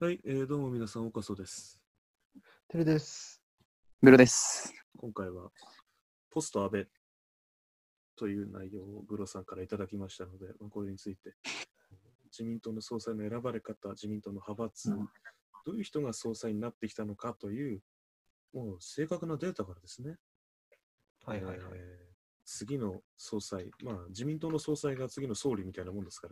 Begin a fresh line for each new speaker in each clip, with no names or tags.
はい、えーどうも皆さん、岡曽です。
てるです。
ブロです。
今回は、ポスト安倍という内容をグロさんからいただきましたので、まあこれについて、自民党の総裁の選ばれ方、自民党の派閥、
うん
どういう人が総裁になってきたのかという、もう正確なデータからですね、えー次の総裁、まあ自民党の総裁が次の総理みたいなもんですか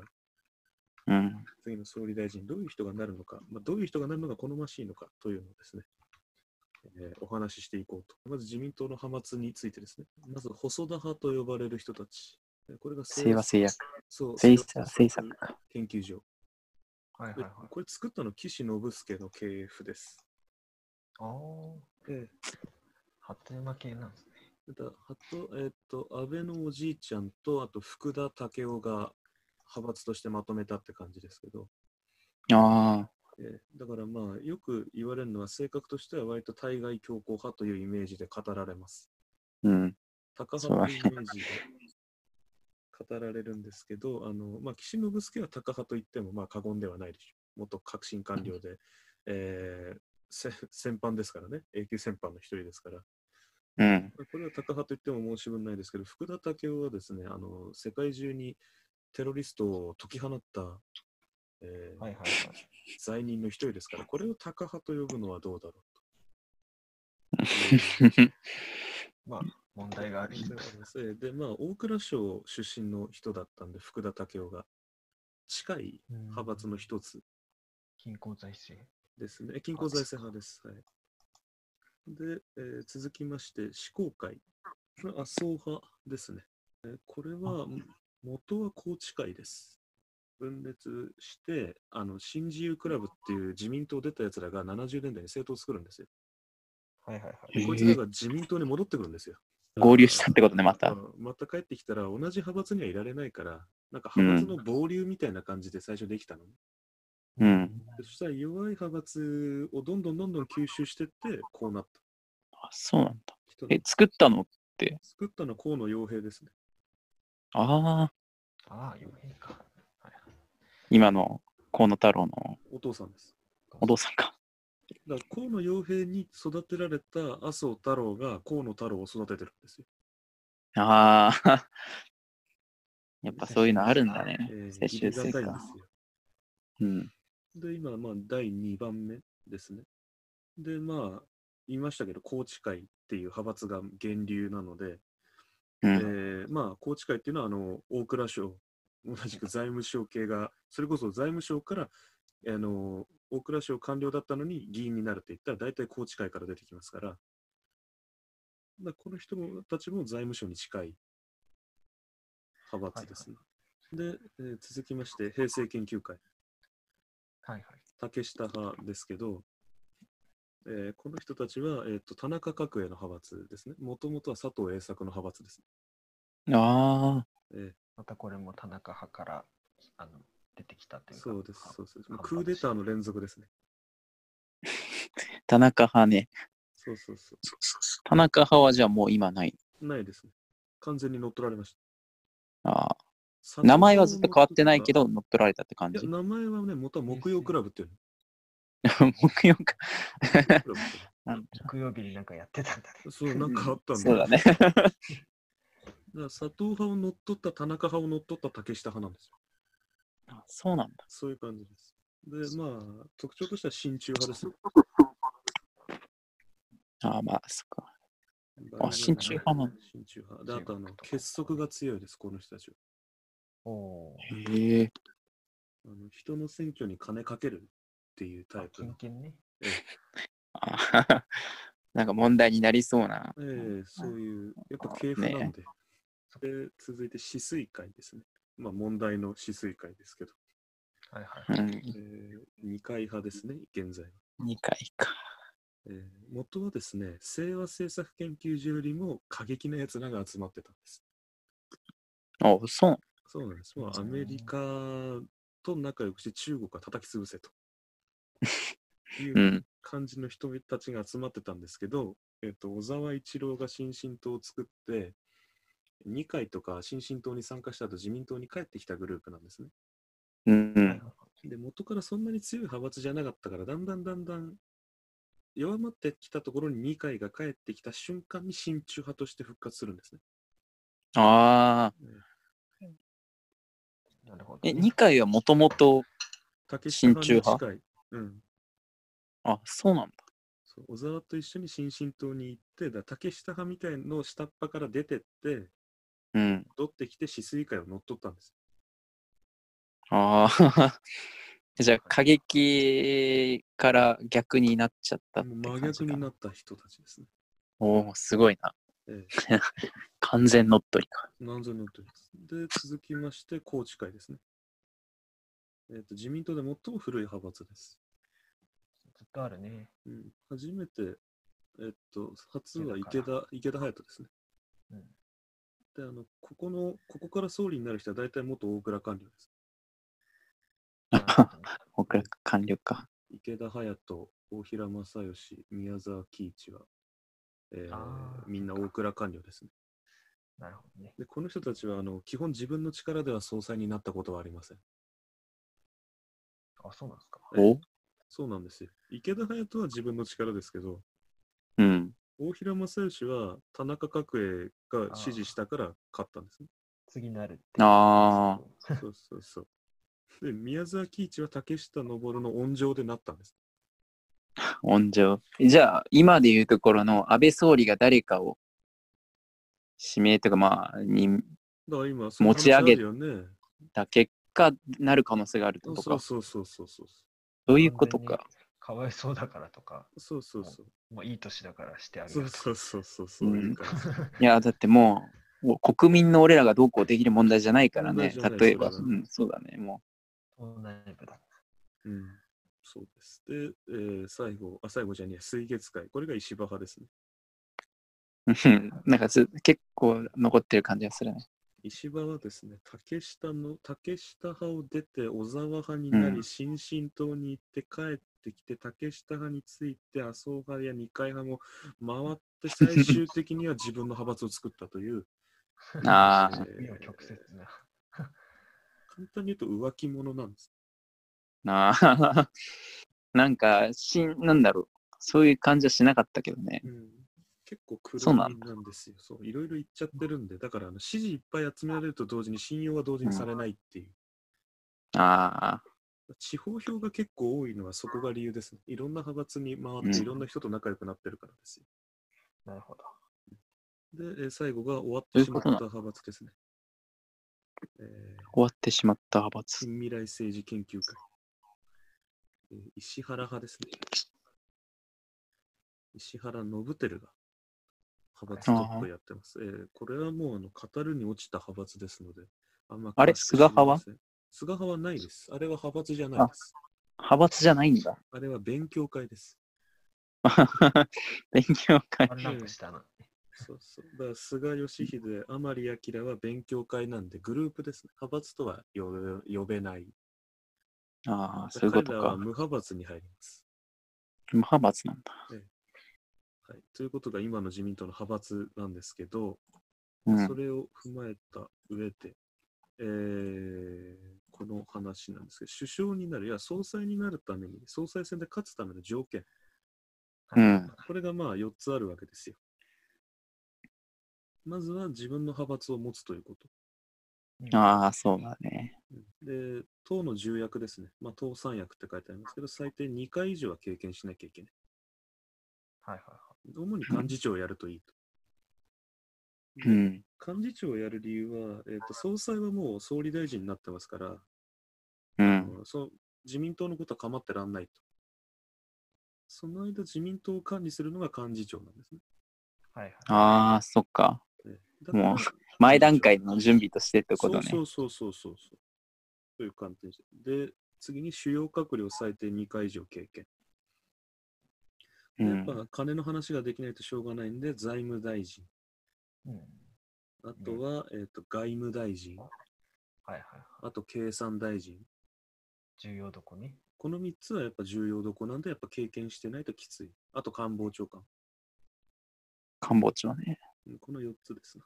ら、
うん。
次の総理大臣、どういう人がなるのか、まあ、どういう人がなるのが好ましいのかというのをですね、えーお話ししていこうと。まず自民党の派閥についてですね、まず細田派と呼ばれる人たち、えーこれが
清和製薬。
そう
製
清和
作製作か。
研究所、
はいはい
で
はい。
これ作ったの岸信介の KF です。
ああ、
え
発展負けなんですね。
えだあと、えーっと、安倍のおじいちゃんと、あと福田赳夫が派閥としてまとめたって感じですけど、
ああ。
えーだからまあよく言われるのは性格としては割と対外強硬派というイメージで語られます。
うん。
高
そうだ
派
ね
というイメージで語られるんですけど、あのまあ、岸信介は高派と言ってもまあ過言ではないでしょう。元革新官僚で、えーせ戦犯ですからね、永久戦犯の一人ですから、
うん。
これは高派と言っても申し分ないですけど、福田赳夫はですねあの、世界中にテロリストを解き放った、えー
はいはいはい。
罪人の一人ですから、これをタカ派と呼ぶのはどうだろうと。
まあ、問題がある。
うんで、まあ、大蔵省出身の人だったんで、福田赳夫が。近い派閥の。一つ
均衡財政。
ですね。均衡財政派です。はい、で、えー続きまして、志向会。これは麻生派ですね。えーこれは、元は宏池会です。分裂して、あの、新自由クラブっていう自民党出たやつらが70年代に政党を作るんですよ。
はいはいは
え
い。
こいつらが自民党に戻ってくるんですよ。
合流したってことね、ま
う
た。
んまた帰ってきたら同じ派閥にはいられないから、なんか派閥の暴流みたいな感じで最初できたのね、
うん。
でそしたら弱い派閥をどんどんどんどん吸収してって、こうなった。
あ、そうなんだ。
人の
え、作ったの
作ったのは河野洋平ですね。
ああ。
ああ、余変か。はいはい
今の河野太郎の
お父さんです。
お父さんか。
だから河野洋平に育てられた麻生太郎が河野太郎を育ててるんですよ。
ああ。やっぱそういうのあるんだね。
えー、
世
義
襲
理
制
堅いんで
か。
すよ。
うん。
で、今、まあ、第2番目ですね。で、まあ、言いましたけど、宏池会っていう派閥が源流なので、
うん。
えーまあ、宏池会っていうのは、あの、大蔵省、同じく財務省系が、それこそ財務省から、あの、大蔵省官僚だったのに議員になるって言ったら、大体宏池会から出てきますから、だからこの人たちも財務省に近い派閥ですね。で、えー続きまして、平成研究会。
はいはい。
竹下派ですけど、えーこの人たちは、えー、と田中角栄の派閥ですね。もともとは佐藤栄作の派閥です、
ああ。
え
またこれも田中派からあの出てきたと
ー
いうか。
そうです、そうです。もう
派閥
クーデターの連続ですね。
田中派ね。
そうそうそ
田中派はじゃあもう今ない。
う。ないですね。完全に乗っ取られまし
ああ。
た。
名前はずっと変わってないけ
ど。
ど、乗っ取られたって感
いや、
じ。
名前はね、元は木曜クラブっていうの。
木曜か。
木曜クラブっていう
なんだ
木曜日になんかやってたんだね。
のそう、なんかあったん
そうだ
ね。
ね。
だから佐藤派を乗っ取った田中派を乗っ取った竹下派なんですよ。
あそうなんだ。
そういう感じです。で、まあ、特徴としては親中派ですよ。
ああ、まあ、そっか。あ親中派なの
親中派。で、あとあの
中、国
結束が強いです、この人たちは。
おおー。
へえ。
あの人の選挙に金かけるっていうタイプ
金
の。
券ね。
あはは なんか問題になりそうな。
ええそういう、やっぱ系譜なんで。で、続いて、止水会ですね。まあ、問題の止水会ですけど、
はいは
う
い。
ん、
えー、二階派ですね、現在は。
2回か。
えー、元はですね、清和政策研究所よりも過激なやつらが集まってたんです。
あ、そう。
そうなんです。まあ、アメリカと仲良くして中国は叩き潰せ と。いう
うん。
感じの人たちが集まってたんですけど、えっと小沢一郎が新進党を作って二階とか新進党に参加した後自民党に帰ってきたグループなんですね。
うん。
で元からそんなに強い派閥じゃなかったからだんだんだんだん弱まってきたところに二階が帰ってきた瞬間に親中派として復活するんですね。
ああ。
なるほど、
え、二階はもともと、
竹下派に
親中
近い、うん、
あ、そうなんだ。
そう小沢と一緒に新進党に行ってだ竹下派みたいのを下っ端から出てって
うん。
戻ってきて止水会を乗っ取ったんです。
ああ。 じゃあ、過激から逆になっちゃったって
もう
感じか
真逆になった人たちですね。
おお、すごいな。
ええ
完全乗っ取りか。
何千乗ってます。で、続きまして、高知会ですね。えっ、と、自民党で最も古い派閥です。
ずっとあるね。
うん、初めて、えっ、と、初は
池
池
田か
田、池田隼人ですね。
うん。
で、あの、ここの、ここから総理になる人は大体元大蔵官僚です。
なるほどね
僕ら官僚か。
池田隼人、大平正義、宮沢喜一は、えー
あー
みんな大蔵官僚ですね。
なるほどね。
で、この人たちは、あの、基本自分の力では総裁になったことはありません。
あ、そうなんですか。
お
そうなんですよ。池田隼人は自分の力ですけど、
うん。
大平正義は田中角栄が支持したから勝ったんですね。
次なるって。
あー
そうそうそう。で、宮沢喜一は竹下登の恩情でなったんです。
温情。じゃあ、今で言うところの安倍総理が誰かを指名とか、まあ、に
だから今、
持ち上げ
そういう話あるよね。
た結果、なる可能性があるって
そ
こ
う
と
そう
か。
そうそうそうそう。
そういうことか。
かわいそうだからとか、
そうそうそう。
もういい年だからしてあげ
そう
る。
そうそうそうそういう感じ。
いや、だってもう、もう国民の俺らがどうこうできる問題じゃないから
問
ね
題じゃな。い
例えば、う
それは
ん、そうだ ね。も
党内部だ。
うん。そうです。で、えー最後、あ、最後じゃねえ、水月会。これが石破派ですね。
う、うんなんかす結構残ってる感じが するね。
石破はですね、竹下の、竹下派を出て小沢派になり、
うん
新進党に行って帰ってきて、竹下派について麻生派や二階派も回って、最終的には自分の派閥を作ったという、
ああ、
えー
紆余曲折な。
簡単に言うと浮気者なんです。
な あ、なんか、しん、なんだろう。そういう感じはしなかったけどね。
うん、結構苦
そうなん
んなんですよ。そう、いろいろ言っちゃってるんで、だからあの支持いっぱい集められると同時に信用は同時にされないっていう。
ああ、
地方票が結構多いのはそこが理由ですね。いろんな派閥に回
う
っ
ん
ていろんな人と仲良くなってるからですよ。
なるほど。
で、えー最後が終わっ
そ
て
ういう
しま
こ
った
となの
派閥ですね。えー
終わってしまった派閥。
近未来政治研究会。えー石原派ですね。石原信輝が派閥トップをやってます。えーこれはもうあの語るに落ちた派閥ですので、あんま
あれ
詳しく知りません
菅
菅
派
派はないです。あれは派閥じゃないです。
派閥じゃないんだ。
あれは勉強会です。
勉強会。
ワンランク下な。
そうそう。だから菅義偉、甘利明は勉強会なんで、グループですね。派閥とは呼べ呼べない。
ああ、そういうこと
彼らは
か。
無
無
派閥に入ります。
派閥なんだ。
はい、ということが今の自民党の派閥なんですけど、
うん
そ。れを踏まえた上で、えーこの話なんですけど、首相になる、いや総裁になるために、総裁選で勝つための条件、
うん
これがまあ4つあるわけですよ。まずは自分の派閥を持つということ。
ああ、そうだね。
で、党の重役ですね。まあ、党三役って書いてありますけど、最低2回以上は経験しなきゃいけない。
はいはい
主に幹事長をやるといいと。
うん。
幹事長をやる理由は、えーと、総裁はもう総理大臣になってますから、
うん。
その自民党のことは構ってらんないと。その間、自民党を管理するのが幹事長なんですね。
はい。はいはい。
ああ、そっか。
ええだから
もう前段階の準備としてってことね。
そうそうそうそうそうそう。という感じで。で、次に主要閣僚最低2回以上経験。
う
やっ
ん。
ぱ金の話ができないとしょうがないんで、財務大臣。
うん。
あとは、えー、と外務大臣。
はいはいはい。
あと経産大臣。
重要どこね。
この3つはやっぱ重要どこなんで、やっぱ経験してないときつい。あと官房長官。
官房長ね。
うんこの4つですな。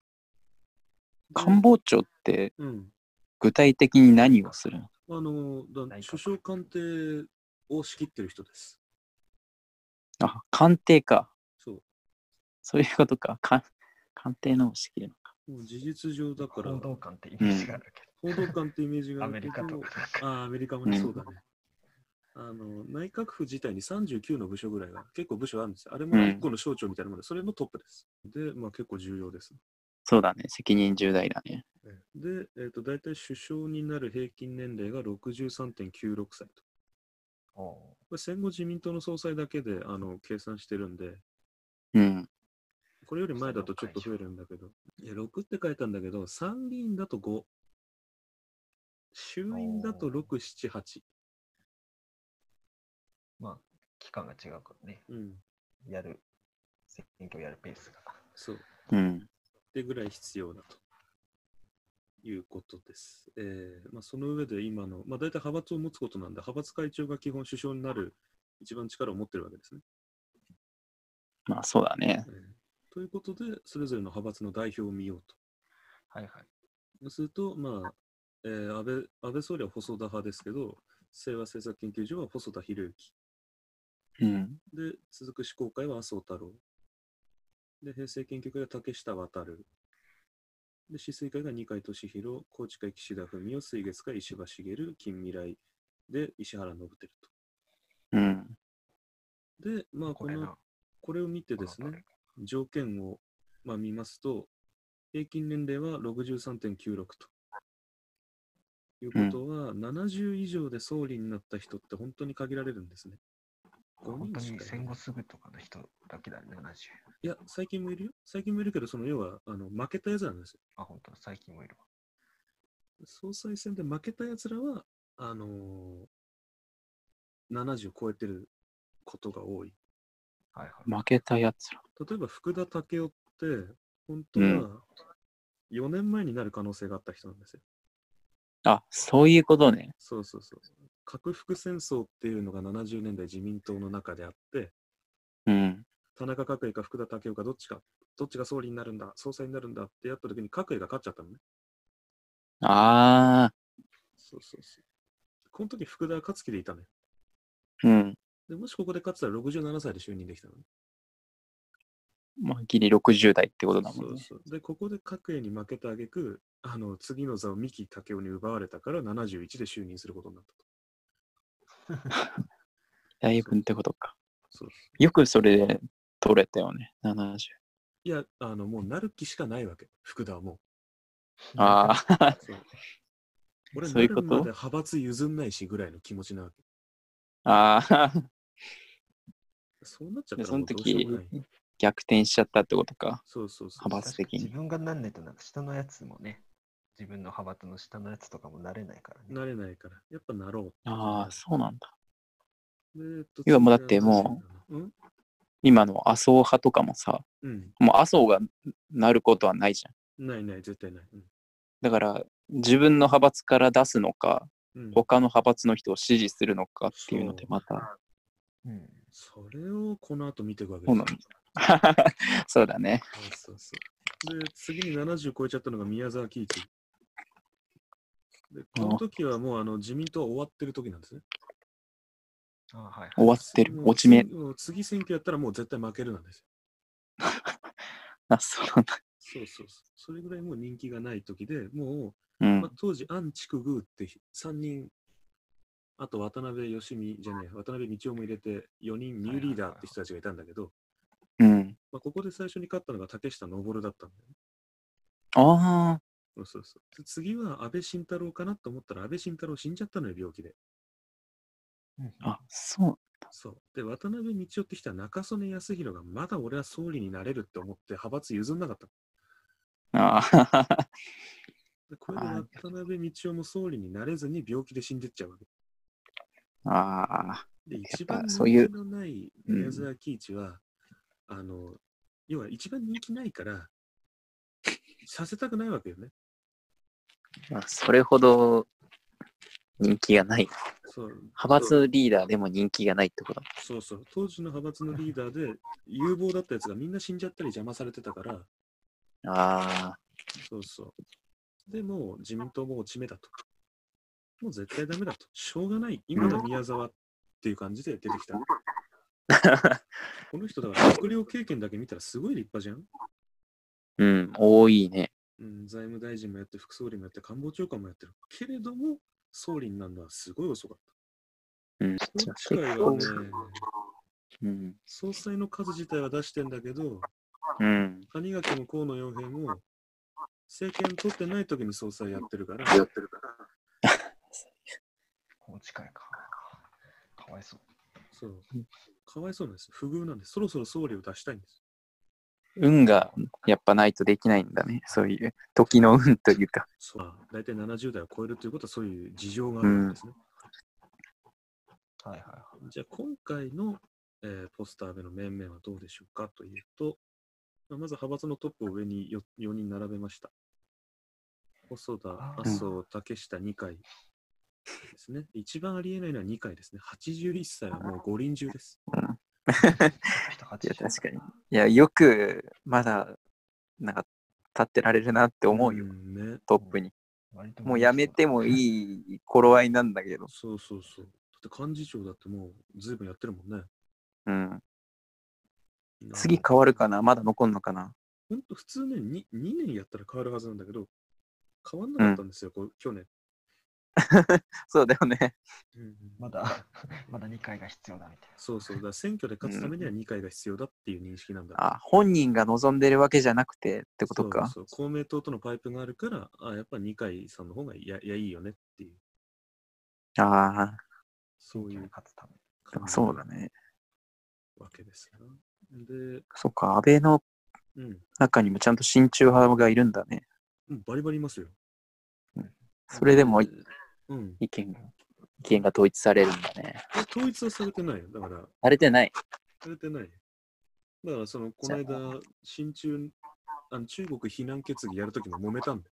官房長って
うん。
具体的に何をするの
あのだ
内閣
首相官邸を仕切ってる人です。
あ、官邸か。
そう。
そういうことか。官官邸の仕切るのか。
もう事実上だから、
報
報
道官ってイメージがあるけ
道官ってイメージ
ど、
があ
アメ
るけ
リカと
ど、
か
ああ、アメリカもね、
うん
そうだね。あの内閣府自体に39の部署ぐらいが結構部署あるんですよ。あれも
うん
1個の省庁みたいなもので、それのトップです。で、まあ結構重要です。
そうだね。責任重大だね。
で、えっと大体首相になる平均年齢が63.96歳と。
おう
これ戦後自民党の総裁だけであの計算してるんで、
うん。
これより前だとちょっと増えるんだけど、いや6って書いたんだけど、参議院だと5、衆院だと6、7、8。
まあ、期間が違うからね、
うん、
やる、選挙やるペースが。
そう。
うん。
ってぐらい必要だということです。えーまあ、その上で今の、まあ、大体派閥を持つことなんで、派閥会長が基本首相になる一番力を持ってるわけですね。
まあそうだね
え。ーということで、それぞれの派閥の代表を見ようと。
はいはい。
そうすると、まあえー安倍安倍総理は細田派ですけど、清和政策研究所は細田博之。
うん。
で、続く執行会は麻生太郎。で、平成研究会が竹下渉。で、市水会が二階俊博、高知会岸田文雄、水月会石破茂、近未来で石原伸晃
うん。
と。で、まあこ
これ
の
な、、
これを見てです
この
ね、条件を、まあ、見ますと、平均年齢は63.96と。いうことは、70以上で総理になった人って本当に限られるんですね。
辺
五
り本
人
当
しかい
に
ない
戦後すぐとかの人だけだね、70。
いや、最近もいるよ。最近もいるけど、その要はあの負けたやつなんですよ。
あ、本当最近もいるわ。
総裁選で負けたやつらは、あのー70を超えてることが多い。
はいはい。
負けたやつら。
例えば福田赳夫って、本当
う
は4年前になる可能性があった人なんですよ。
あ、そういうことね。
そうそうそう。核服戦争っていうのが70年代自民党の中であって、
うん。
田中角栄か福田赳夫かどっちか、どっちが総理になるんだ、総裁になるんだってやった時に角栄が勝っちゃったのね。
ああ。
そうそうそう。この時福田は勝つ気でいたのよ。
うん。
でもしここで勝ってたら67歳で就任できたのね。
まあギリ60代ってことだ
そ
もん
う
ね。
そうで、ここで角栄に負けてあげく、あの次の座を三木武雄に奪われたから71で就任することになったと。
だいぶってことか。
そう
よくそれで取れたよね。70。
いや、あのもうなる気しかないわけ、福田はも
ああ。
う。そう俺、
そういうこ
な
と
るまで派閥譲んないしぐらいの気持ちなわけ。
ああ。
そうなっちゃった
で
ら
そ
も
の
うどうしよう
時
もない。
逆転しちゃったってことか。
そうそうそう。
派閥的に
自分がなんないと、なんか下のやつもね、自分の派閥の下のやつとかもなれないからね。
なれないから、やっぱなろう。
ああ、そうなんだ。
でえっと
要はもうだっても
う。うん
今の麻生派とかもさ、
うん。
もう麻生がなることはないじゃん。
ないない、絶対ない。うん
だから、自分の派閥から出すのか、
うん、
他の派閥の人を支持するのかっていうので、また。
うん。
それをこの後見ていくわけ
そうなん
よ
だ そうだね。
そうそうそう。で、次に70超えちゃったのが宮沢喜一。で、この時はもうあの自民党は終わってる時なんですね。
あはいはい。
終わってる
も。う
落ち目
次。もう次選挙やったらもう絶対負けるなんですよ。
あ、そうなんだ。
そうそうそう。それぐらいもう人気がない時で、もう、
う
まあ
ん。、
当時、アン・チクグーって3人、あと渡辺義美じゃねえ、渡辺道夫も入れて4人、ニューリーダーって人たちがいたんだけど、
うん。
まあ、ここで最初に勝ったのが竹下登だったんだよね。
ああ。
そうそうそう。で次は安倍晋太郎かなと思ったら安倍晋太郎死んじゃったのよ、病気で。
うん
あ、そう。
そう。で、渡辺道夫って人は中曽根康弘がまだ俺は総理になれるって思って派閥譲んなかった。
ああ。
でこれで
あー
渡辺道夫も総理になれずに病気で死んでっちゃうわけ。
ああ。
で、
やっぱ
一番
そういう
人気のない宮沢喜一は、あの、要は一番人気ないから、させたくないわけよね。
まあそれほど人気がない。
そう。
派閥リーダーでも人気がないってこと。
そうそう。当時の派閥のリーダーで有望だったやつがみんな死んじゃったり邪魔されてたから、
ああ。
そうそう。でもう自民党も落ち目だと。もう絶対ダメだと。しょうがない。今だ宮沢っていう感じで出てきた。この人だから閣僚経験だけ見たらすごい立派じゃん。
うん、多いね。
うん、財務大臣もやって、副総理もやって、官房長官もやってる。けれども、総理になるのはすごい遅かっ
うん。
た。宏池会はね、
うん。
総裁の数自体は出してんだけど、
うん。
谷垣も河野洋平も、政権取ってない時に総裁やってるから、
高知会か。かわいそう。
そう。かわいそうなんです。不遇なんです。そろそろ総理を出したいんです。
運がやっぱないとできないんだね。そういう時の運というか。
そうまあ大体70代を超えるということは、そういう事情があるんですね。
はいはいはい。
じゃあ、今回の、えーポスターでの面々はどうでしょうかというと、まあまず派閥のトップを上に 4, 人並べました。細田、
あ
麻生、竹下2回ですね。一番ありえないのは2回ですね。81歳はもう五輪中です。
人
いや、
80
確かに。いや、よくまだ、なんか、立ってられるなって思うよ、
んね。
トップに。
割と
もうやめても
い。
いい頃合いなんだけど。
そうそうそう。だって幹事長だってもうずいぶんやってるもんね。
うん。次変わるかなまだ残んのかな
ほんと普通ね2、2年やったら変わるはずなんだけど、変わんなかったんですよ、こう去年。
そうだよね。
まだ、 まだ2回が必要だみたい
そうそう、だから選挙で勝つためには2回が必要だっていう認識なんだ。
あ、本人が望んでるわけじゃなくてってことか。
そうそう公明党とのパイプがあるから、あやっぱ二階さんの方がいやいやいいよねっていう、
あ
そう
な。
い
選挙に
う
勝つため。
あ、そうだね。
わけですな。で、
そっか、安倍の
うん、
中にもちゃんと親中派がいるんだね。
もうバリバリいますよ。
それでも意
うん、
見が、意見が統一されるんだね。
え統一はされてないよ。だから、
されてない。
されてない。だから、その、この
じ
間、新中、あの中国非難決議やるときも揉めたんだよ。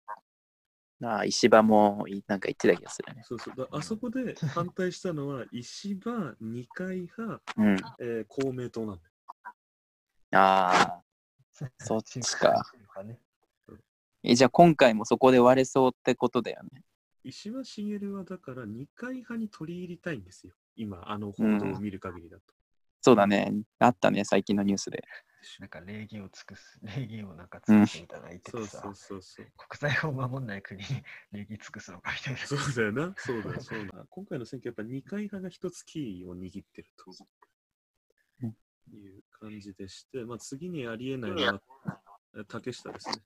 ああ石破もいなんか言ってた気がするね。
そうそう。だからあそこで反対したのは、石破、二階派、
うん。
えー公明党なんだよ
ああ。そっちか。
ね、
えじゃあ今回もそこで割れそうってことだよね。
石破茂はだから二階派に取り入りたいんですよ。今、あの報道を見る限りだと。
そうだね。あったね、最近のニュースで。
なんか礼儀を尽くす、礼儀をなんか尽くすみたいな言って
そう
て
そ
さ、
うそうそう。
国際法を守んない国に 礼儀尽くすのかみたいな。
そうだよな。 そうだよ。そうだよ今回の選挙、やっぱ二階派が一つキーを握ってると
う
いう感じでして、まあ、次にありえないのはえ竹下ですね。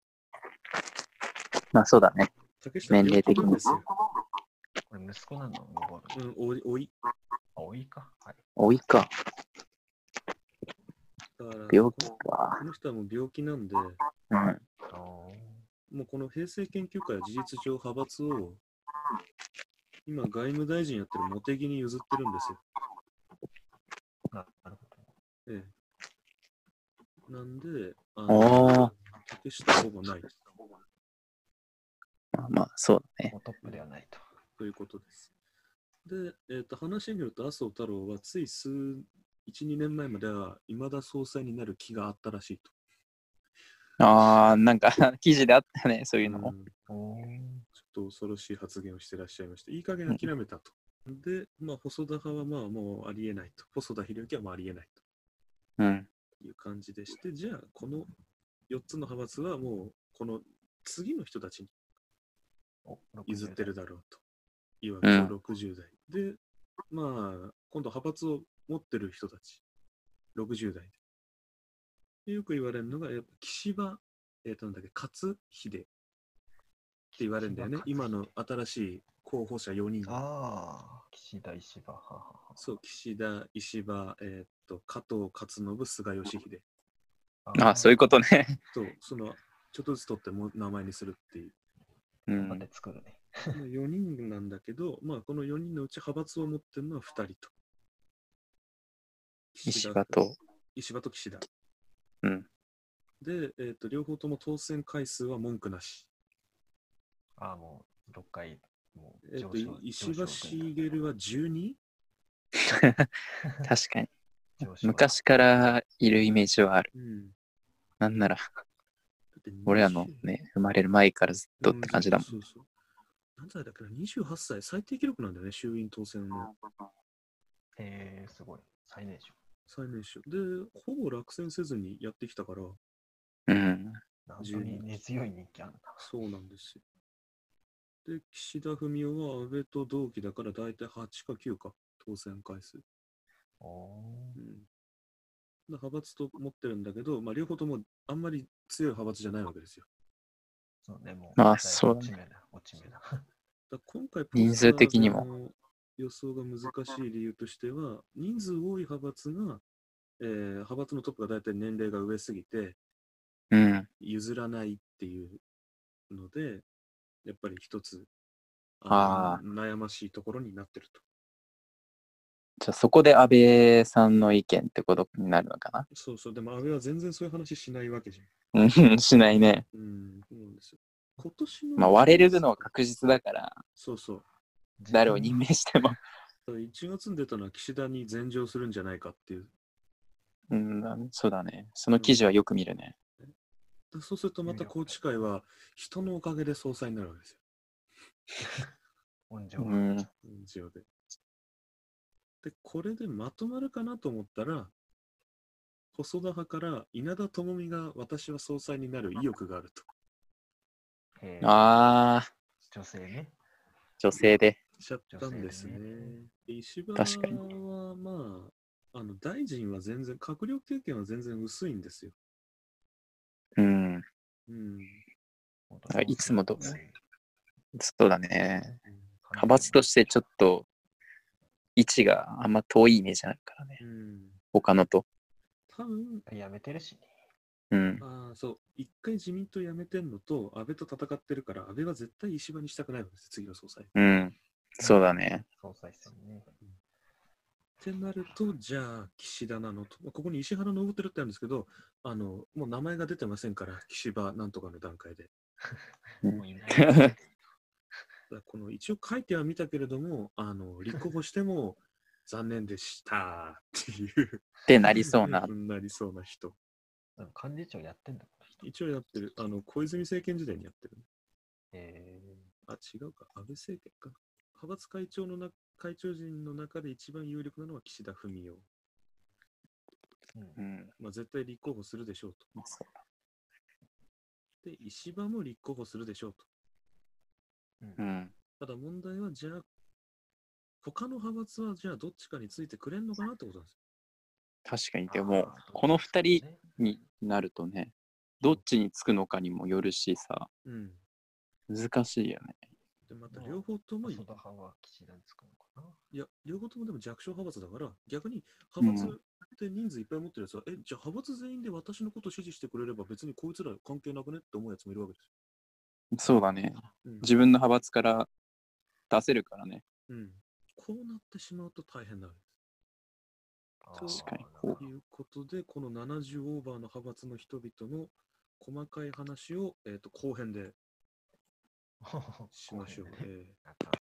まあそうだね。
竹下
年齢的に
病気なんですよ。
これ息子なのボー
う
ル。
ん、おい、おい。
あ、多いか。はい。
多いか。
だから
病気
こ
か。
の人はもう病気なんで、
うん。
あー
もうこの平成研究会は事実上派閥を今外務大臣やってる茂木に譲ってるんですよ。
ななるほど。
ええ、なんで、あ
あ
の竹下ほぼない
まあまあ、そうだね。
もうトップではないと。
ということです。で、えっと話によると麻生太郎はつい数1、2年前までは未だ総裁になる気があったらしいと。
ああ、なんか 記事であったね、そういうの
う
も。
ん
おー
ちょっと恐ろしい発言をしてらっしゃいまして、いい加減諦めたと。で、まあ、細田派はまあもうありえないと。細田博之はまあありえないと。
うん。
いう感じでして、じゃあ、この4つの派閥はもう、この次の人たちに
お60
譲ってるだろうと。いわ
うん
ゆる60代。で、まあ、今度派閥を持ってる人たち、60代で。よく言われるのが、やっぱ岸場、えっ、と、なんだっけ、勝秀って言われるんだよね。今の新しい候補者4人。
ああ、岸田石破。ははは
そう、岸田、石破、えっ、と、加藤勝信、菅義偉。
ああ、そういうことね。
と、その、ちょっとずつ取っても名前にするっていう。
う
頑張っ
ん
て。作るね。
まあ4人なんだけど、まあ、この4人のうち派閥を持ってるのは2人と。
石破 と。
石破と岸田。
うん。
で、えっと、両方とも当選回数は文句なし。
ああ、もう6回、もう
えっ
上
と
昇、
石破
上昇軍
茂は 12?
確かに。
上昇
昔からいるイメージはある。
うん。だ
なんなら、
って20
俺らのね、生まれる前からずっとって感じだもん。
そうそう何歳だっけな、28歳、最低記録なんだよね、衆院当選の
えー、すごい。最年少。
最年少。で、ほぼ落選せずにやってきたから、
うん。
本当に根強い人気あるんだ。
そうなんですよ。で、岸田文雄は安倍と同期だから、大体8か9か、当選回数。
お
う
ー
ん、で派閥と持ってるんだけど、まあ、両方ともあんまり強い派閥じゃないわけですよ。
そうね、も
まあそうだ
落
ね
ち目だ、落ち目だ。
だから今回、
人数的にも
ポスターの予想が難しい理由としては、人数多い派閥が、えー派閥のトップが大体年齢が上すぎて、
うん。
譲らないっていうので、やっぱり一つ
あ
あの悩ましいところになってると。
じゃあそこで安倍さんの意見ってことになるのかな
そうそう、でも安倍は全然そういう話しないわけじゃん。
うん、しないね。
うん、そうなんですよ。今年の。
まあ割れるのは確実だから、
そうそう。
誰を任命しても。
だから1月に出たのは岸田に禅譲するんじゃないかっていう。
うん、そうだね。その記事はよく見るね。
だそうするとまた宏池会は人のおかげで総裁になるわけですよ。
温情
う
が
ん。
うん一応で。で、これでまとまるかなと思ったら、細田派から稲田朋美が私は総裁になる意欲があると。
えー
ああ、
女性ね。
女性で。
しちゃったんですね
女性ね。
で石破
確かに
はまあ、あの大臣は全然、閣僚経験は全然薄いんですよ。
うん。
うん。
あいつもと
女性
そうだね。派閥としてちょっと位置があんま遠いイメージあるからね。
うん。
他のと。
多分
やめてるしね。
うん。
ああ、そう。一回自民党辞めてんのと、安倍と戦ってるから、安倍は絶対石破にしたくないわけです、次の総裁。っ
うん。そうだね。
総裁選ね。
てなると、じゃあ、岸田なのと、まあここに石原伸晃ってあるんですけど、あの、もう名前が出てませんから、岸田なんとかの段階で。
うん
もうい ない。
だからこの一応書いてはみたけれども、あの、立候補しても残念でしたっていう、
ってなりそうな。
なりそうな人。
でも幹事長やってんだこの人。
一応やってる、あの、小泉政権時代にやってる。
え
あ、違うか、安倍政権か。派閥会長のな会長陣の中で一番有力なのは岸田文雄。
ーう
うんん。
まあ、絶対立候補するでしょうと。で、石破も立候補するでしょうと。
う
うんん。
ただ問題は、じゃあ、他の派閥はじゃあどっちかについてくれんのかなってことなんですよ。
確かに。でも
あー、
この二人
ね
になるとね、どっちにつくのかにもよるしさ、
うん。
難しいよね。
で、また
まあ
両方とも、い
細田派は岸田につくのかな。
や、両方ともでも弱小派閥だから、逆に派閥って人数いっぱい持ってるやつは、え、じゃあ派閥全員で私のこと支持してくれれば別にこいつら関係なくねって思うやつもいるわけですよ。
そうだね。
うん
自分の派閥から出せるからね。
うん、こうなってしまうと大変なわ
あー
確かに
け
お
です。 ということで、この70オーバーの派閥の人々の細かい話を、えー、と後編でしましょう。
後編でね
え
なかなか